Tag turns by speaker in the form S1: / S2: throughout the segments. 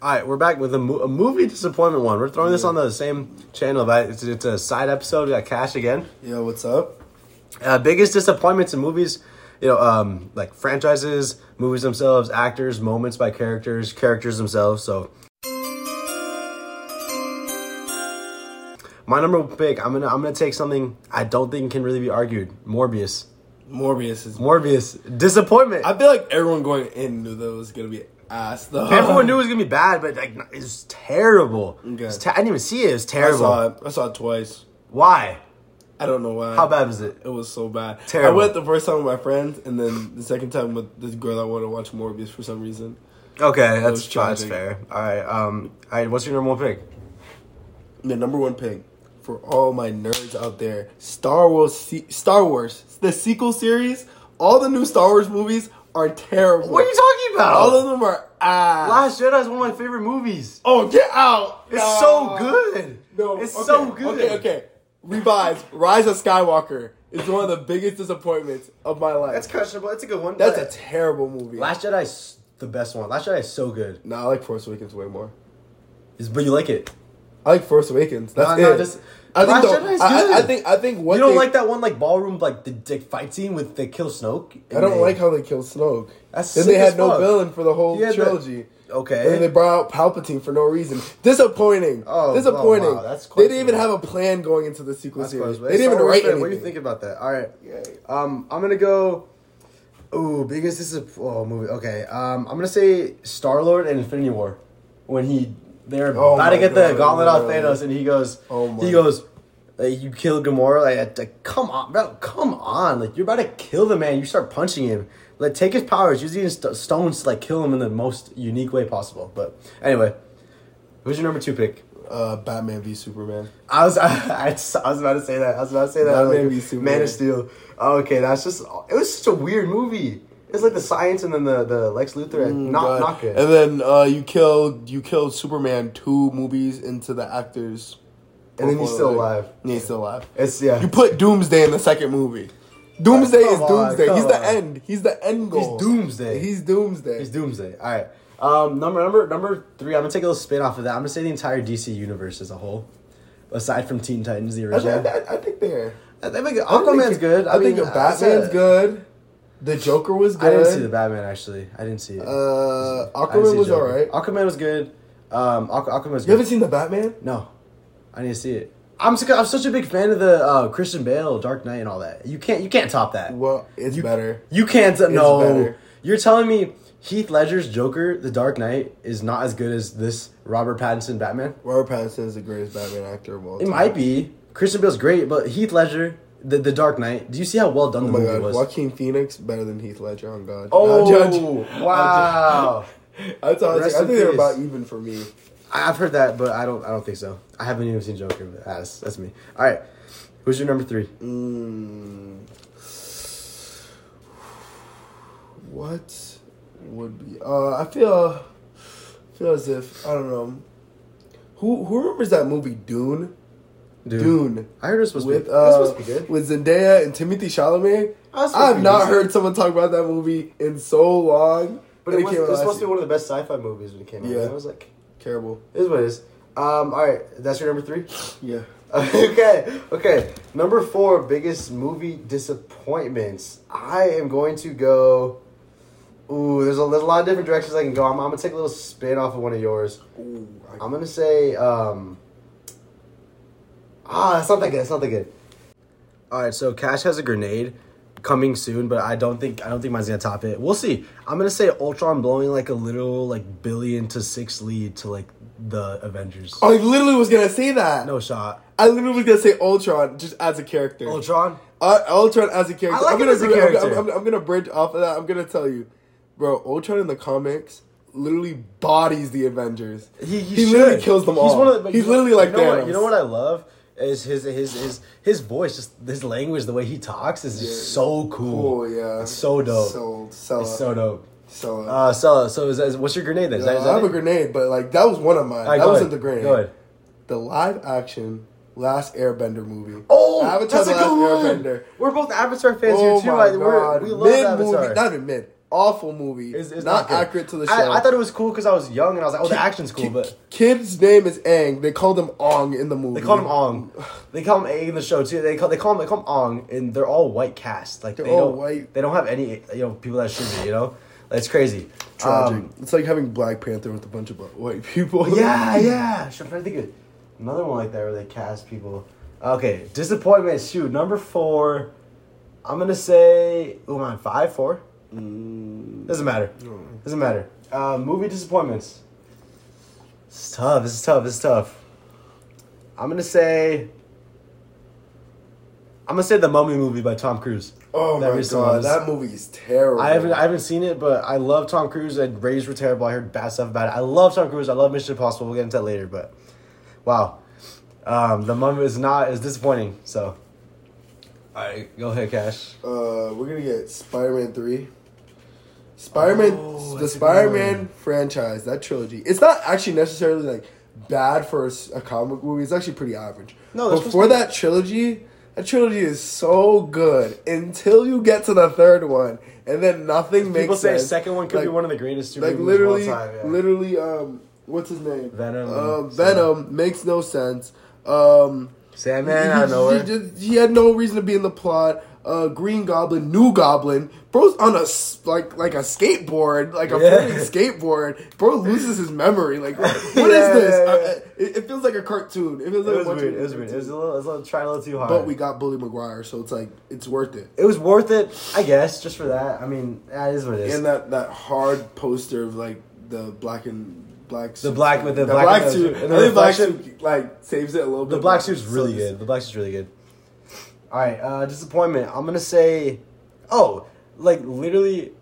S1: All right, we're back with a, mo- a movie disappointment one. We're throwing this on the same channel. But it's, it's a side episode. We got Cash again.
S2: Yo, what's up?
S1: Uh, biggest disappointments in movies, you know, um, like franchises, movies themselves, actors, moments by characters, characters themselves. So, my number one pick, I'm gonna I'm gonna take something I don't think can really be argued. Morbius.
S2: Morbius is.
S1: Morbius. Disappointment.
S2: I feel like everyone going in knew that was gonna be ass though.
S1: Everyone knew it was gonna be bad, but like it was terrible. It was te- I didn't even see it. It was
S2: I
S1: terrible.
S2: saw it. I saw it twice.
S1: Why?
S2: I don't know why.
S1: How bad was it?
S2: It was so bad.
S1: Terrible.
S2: I went the first time with my friends, and then the second time with this girl I wanted to watch Morbius for some reason.
S1: Okay, that's,
S2: was
S1: that's
S2: tragic.
S1: fair. All right. Um. All right. What's your normal pick?
S2: The number one pick for all my nerds out there: Star Wars. Se- Star Wars, the sequel series. All the new Star Wars movies are terrible.
S1: What are you talking about?
S2: All of them are ass.
S1: Last Jedi is one of my favorite movies.
S2: oh, get out!
S1: It's
S2: No.
S1: so good.
S2: No,
S1: it's
S2: okay,
S1: so good.
S2: Okay, okay. Revise. Rise of Skywalker is one of the biggest disappointments of my life.
S1: That's questionable. It's a good one.
S2: That's
S1: but-
S2: a terrible movie.
S1: Last Jedi's the best one. Last Jedi is so good.
S2: no, I like Force Awakens way more.
S1: It's- but you like it.
S2: I like Force Awakens. That's
S1: No, no,
S2: it.
S1: just-
S2: I think
S1: Last
S2: the,
S1: Jedi's
S2: I,
S1: good.
S2: I- I think I think what
S1: You don't
S2: they-
S1: like that one like ballroom like the, the fight scene with they kill Snoke.
S2: I don't like how they killed Snoke.
S1: That's
S2: then they
S1: sick
S2: had
S1: as
S2: no
S1: fuck.
S2: villain for the whole
S1: Yeah, the-
S2: trilogy.
S1: okay.
S2: And then they brought out Palpatine for no reason. Disappointing.
S1: Oh,
S2: disappointing.
S1: oh, wow, that's
S2: they didn't even have
S1: questionable.
S2: a plan going into the sequel
S1: That's
S2: series.
S1: close, but
S2: They
S1: it's
S2: didn't even
S1: always
S2: write
S1: been-
S2: anything.
S1: What do you think about that? All right.
S2: Yeah.
S1: Um, I'm gonna go. Ooh, biggest disappointment oh, movie. Okay. Um, I'm gonna say Star Lord and Infinity War, when he they're
S2: Oh
S1: about to
S2: my
S1: get the
S2: God,
S1: gauntlet off
S2: really?
S1: Thanos, and he goes,
S2: Oh my-
S1: he goes, hey, you killed Gamora. Like, like, come on, bro, come on. Like, you're about to kill the man. You start punching him. Like, take his powers. Use these st- stones to like kill him in the most unique way possible. But anyway, who's your number two pick?
S2: Uh, Batman v Superman.
S1: I was I, I, just- I was about to say that. I was about to say that.
S2: That
S1: like,
S2: made me super
S1: Man of
S2: mad.
S1: Steel. Oh, Okay, that's just. It was such a weird movie. It's like the science and then the, the Lex Luthor. and not
S2: Mm, God.
S1: not good.
S2: And then uh, you killed you killed Superman two movies into the actors,
S1: And then he's still
S2: portfolio.
S1: alive.
S2: And he's still alive.
S1: It's yeah.
S2: You put Doomsday in the second movie. Doomsday
S1: Come
S2: is
S1: on,
S2: Doomsday.
S1: come
S2: He's the
S1: on.
S2: end. He's the end goal.
S1: Doomsday.
S2: He's Doomsday.
S1: He's Doomsday. All right. Um, number number number three. I'm gonna take a little spin off of that. I'm gonna say the entire DC universe as a whole, aside from Teen Titans the
S2: I,
S1: original.
S2: I- I think they're.
S1: I think like,
S2: I think-
S1: Aquaman's good.
S2: I, think
S1: mean,
S2: a
S1: I said-
S2: Batman's good. The Joker was good.
S1: I didn't see the Batman actually. I didn't see it.
S2: Uh,
S1: I didn't
S2: Aquaman
S1: see
S2: was
S1: Joker.
S2: alright.
S1: Aquaman was good. Um, Aqu- Aquaman was
S2: You
S1: good.
S2: haven't seen the Batman?
S1: No, I need to see it. I'm s- I'm such a big fan of the uh, Christian Bale, Dark Knight, and all that. You can't you can't top that.
S2: Well, it's
S1: you,
S2: better.
S1: You can't no.
S2: better.
S1: You're telling me Heath Ledger's Joker, The Dark Knight, is not as good as this Robert Pattinson Batman?
S2: Robert Pattinson is the greatest Batman actor of all
S1: It
S2: time.
S1: might be. Christian Bale's great, but Heath Ledger, The The Dark Knight. Do you see how well done
S2: Oh
S1: the
S2: my
S1: movie
S2: god,
S1: was?
S2: Joaquin Phoenix better than Heath Ledger on God.
S1: oh
S2: I'll judge.
S1: wow!
S2: I thought I
S1: Rest
S2: think
S1: in
S2: they're
S1: peace.
S2: about even for me.
S1: I- I've heard that, but I don't I don't think so. I haven't even seen Joker, but that's that's me. All right, who's your number three?
S2: Mm. What would be? Uh, I feel feel as if I don't know. Who who remembers that movie Dune?
S1: Dude.
S2: Dune.
S1: I heard it was supposed
S2: With
S1: to be. it was
S2: uh,
S1: supposed to be good.
S2: with Zendaya and Timothy Chalamet,
S1: That was supposed
S2: I
S1: to
S2: have
S1: be
S2: not
S1: decent.
S2: heard someone talk about that movie in so long.
S1: But
S2: And
S1: it, was,
S2: came
S1: it was
S2: out last
S1: supposed to be
S2: year.
S1: one of the best sci-fi movies when it came out.
S2: Yeah.
S1: And I was like,
S2: terrible.
S1: it is what it is. Um, all right, that's your number three.
S2: Yeah,
S1: okay, okay. Number four, biggest movie disappointments. I am going to go. Ooh, there's a, there's a lot of different directions I can go. I'm, I'm gonna take a little spin off of one of yours. I'm gonna say. Um, ah, it's not that good. It's not that good. All right, so Cash has a grenade coming soon, but I don't think I don't think mine's gonna top it. We'll see. I'm gonna say Ultron blowing like a little like billion to six lead to like the Avengers.
S2: I literally was gonna say that.
S1: No shot.
S2: I literally was gonna say Ultron just as a character.
S1: Ultron.
S2: Uh, Ultron as a character.
S1: I like
S2: I'm
S1: him
S2: gonna
S1: as a
S2: agree- I'm-
S1: character.
S2: I'm, I'm- I'm gonna bridge off of that. I'm gonna tell you, bro. Ultron in the comics literally bodies the Avengers.
S1: He, he,
S2: literally
S1: should.
S2: kills them all.
S1: He's, one of the, but
S2: He's
S1: you know-
S2: literally like
S1: you know
S2: Thanos.
S1: What, you know what I love is his his his his voice, just his language, the way he talks is just
S2: Yeah.
S1: so cool.
S2: Oh yeah,
S1: it's so dope.
S2: So sell
S1: it's
S2: out.
S1: so dope.
S2: Sell out.
S1: Uh, so so is that, what's your grenade then? Is that,
S2: Uh,
S1: is
S2: I
S1: that
S2: have
S1: it?
S2: a grenade, but like that was one of
S1: All
S2: mine.
S1: right,
S2: that
S1: go
S2: wasn't the
S1: ahead.
S2: grenade.
S1: Go ahead.
S2: The live action Last Airbender movie.
S1: Oh,
S2: Avatar:
S1: that's a
S2: The Last
S1: good one.
S2: Airbender.
S1: We're both Avatar fans
S2: Oh
S1: here too.
S2: my
S1: I, we're,
S2: god,
S1: we love
S2: mid
S1: Avatar.
S2: movie, not even mid, awful movie.
S1: It's, it's
S2: not,
S1: good.
S2: accurate to the show.
S1: I, I thought it was cool because I was young and I was like, oh, the
S2: Ki-
S1: action's cool,
S2: ki-
S1: but
S2: kid's name is Ang. They called him Ong in the movie.
S1: they call him Ong. They call him A in the show too. They call they call him they call him Ong, and they're all white cast. Like
S2: They're
S1: they
S2: all
S1: don't,
S2: white.
S1: They don't have any you know people that should be. You know, it's crazy.
S2: Tragic.
S1: Um,
S2: it's like having Black Panther with a bunch of white people.
S1: yeah, yeah. Should I think of another one like that where they cast people? Okay, disappointment. Shoot, number four. I'm gonna say. Who am I? Five, four.
S2: Mm.
S1: Doesn't matter. Doesn't matter. Uh, movie disappointments. It's tough. It's tough. It's tough. I'm gonna say. I'm gonna say the Mummy movie by Tom Cruise.
S2: Oh
S1: That
S2: my
S1: recent
S2: god,
S1: one.
S2: that movie is terrible.
S1: I haven't I haven't seen it, but I love Tom Cruise and Rays were terrible. I heard bad stuff about it. I love Tom Cruise. I love Mission Impossible. We'll get into that later, but wow, um, the mum is not is disappointing. So, all right, go ahead, Cash.
S2: uh, we're gonna get Spider Man three. Spider Man,
S1: Oh,
S2: the
S1: that's a good
S2: Spider Man
S1: one.
S2: franchise, that trilogy. It's not actually necessarily like bad for a, s- a comic movie. It's actually pretty average.
S1: No, that's
S2: but for
S1: supposed to-
S2: that trilogy, that trilogy is so good until you get to the third one, and then nothing makes
S1: People say
S2: sense.
S1: second one could
S2: Like-
S1: be one of the greatest two
S2: like
S1: movies
S2: literally,
S1: of all time. Yeah.
S2: literally, um, what's his name?
S1: Venom.
S2: Uh, Venom makes no sense. Um,
S1: Sandman
S2: he-
S1: out of
S2: he-
S1: nowhere.
S2: He, just- he had no reason to be in the plot. Uh, Green Goblin, New Goblin, bro's on a s- like like a skateboard, like a
S1: Yeah.
S2: freaking skateboard. Bro loses his memory. Like, what is
S1: Yeah,
S2: this?
S1: yeah,
S2: Uh, it, it feels like a cartoon. It feels
S1: It
S2: like
S1: was
S2: a bunch
S1: weird.
S2: of-
S1: It was weird. It was a little. It was a little trying a little too hard.
S2: But we got Bully McGuire, so it's like it's worth it.
S1: It was worth it, I guess, just for that. I mean, that is what it is.
S2: And that that hard poster of like the black and black suit.
S1: black with the
S2: the
S1: black-
S2: black,
S1: and the-
S2: suit.
S1: and
S2: And
S1: the
S2: the black
S1: reflection.
S2: suit like saves it a little bit.
S1: The black
S2: but
S1: suit's
S2: it's
S1: really
S2: so
S1: good. The black suit's really good. All right, uh, disappointment. I'm gonna say, oh, like literally,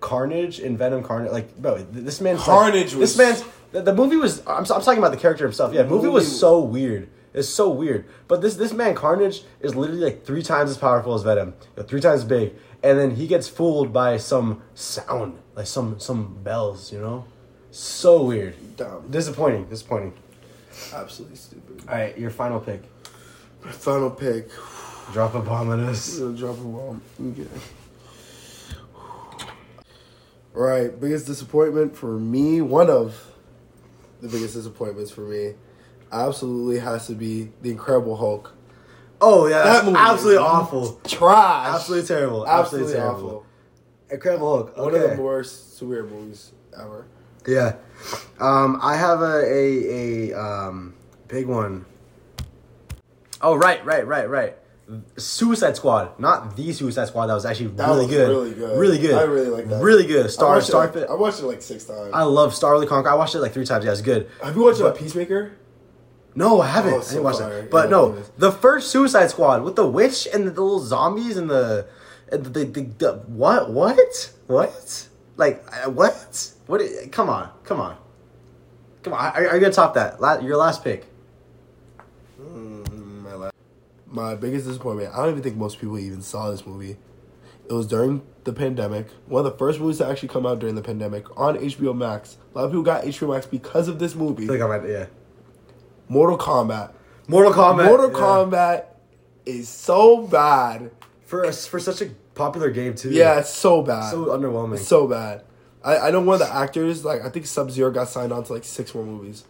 S1: Carnage and Venom. Carnage, like bro, th- this man's like-
S2: Carnage was-
S1: This man's the, the movie was. I'm, so- I'm talking about the character himself. Yeah, movie
S2: movie-
S1: was so weird. It's so weird. But this this man Carnage is literally like three times as powerful as Venom, you know, three times big, and then he gets fooled by some sound, like some some bells, you know. So weird.
S2: Dumb.
S1: Disappointing. Disappointing.
S2: Absolutely stupid.
S1: All right, your final pick.
S2: Final pick.
S1: Drop a bomb on us.
S2: Gonna drop a bomb. Okay. All right, biggest disappointment for me. One of the biggest disappointments for me, absolutely has to be the Incredible Hulk.
S1: Oh yeah,
S2: That
S1: that's
S2: movie
S1: absolutely
S2: is
S1: awful.
S2: Trash.
S1: Absolutely terrible. Absolutely,
S2: Absolutely,
S1: terrible.
S2: awful.
S1: Incredible Hulk. Okay.
S2: One of the worst superhero movies ever.
S1: yeah. Um, I have a a, a um, big one. Oh right, right, right, right. Suicide Squad, not the Suicide Squad. That was actually
S2: That
S1: really
S2: was
S1: good.
S2: really good.
S1: Really good.
S2: I really like that.
S1: Really good.
S2: I
S1: Star
S2: watched it
S1: Star.
S2: like- I watched it like six times.
S1: I love Star the Conquer. I watched it like three times. Yeah, it's good.
S2: Have you watched
S1: But-
S2: uh, Peacemaker?
S1: No, I haven't.
S2: Oh,
S1: I
S2: so
S1: didn't watch
S2: fire.
S1: that. But
S2: Yeah,
S1: no,
S2: it is.
S1: the first Suicide Squad with the witch and the little zombies and the and the, the, the, the what what what like I- what what? i- Come on, come on, come on! Are, are you gonna top that? La- your last pick.
S2: Mm, My, la- my biggest disappointment. I don't even think most people even saw this movie. It was during the pandemic. One of the first movies to actually come out during the pandemic on HBO Max. A lot of people got HBO Max because of this movie.
S1: I think I'm at yeah.
S2: Mortal Kombat.
S1: Mortal Kombat.
S2: Mortal
S1: yeah.
S2: Kombat is so bad.
S1: for us for such a popular game too.
S2: Yeah, it's so bad.
S1: so underwhelming.
S2: It's so bad. I, I know one of the actors, like I think Sub Zero got signed on to like six more movies.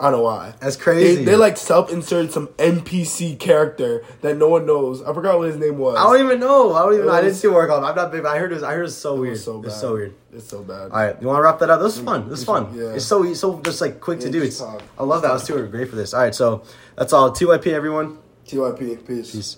S2: I don't know why.
S1: That's crazy.
S2: They, they like self inserted some NPC character that no one knows. I forgot what his name was.
S1: I don't even know. I don't even. know. I
S2: It
S1: didn't
S2: was-
S1: see Mortal Kombat. I'm not big. but I heard it. Was, I heard it was so weird.
S2: It's so bad.
S1: It's so weird.
S2: It's so bad.
S1: All right, you want to wrap that up? This was fun. Mm, This was fun.
S2: Yeah.
S1: It's so it's so just like quick to
S2: Yeah,
S1: do. It's
S2: just talk.
S1: I love that. I was too great for this. All right, so that's all. TYP, everyone.
S2: TYP. Peace.
S1: Peace.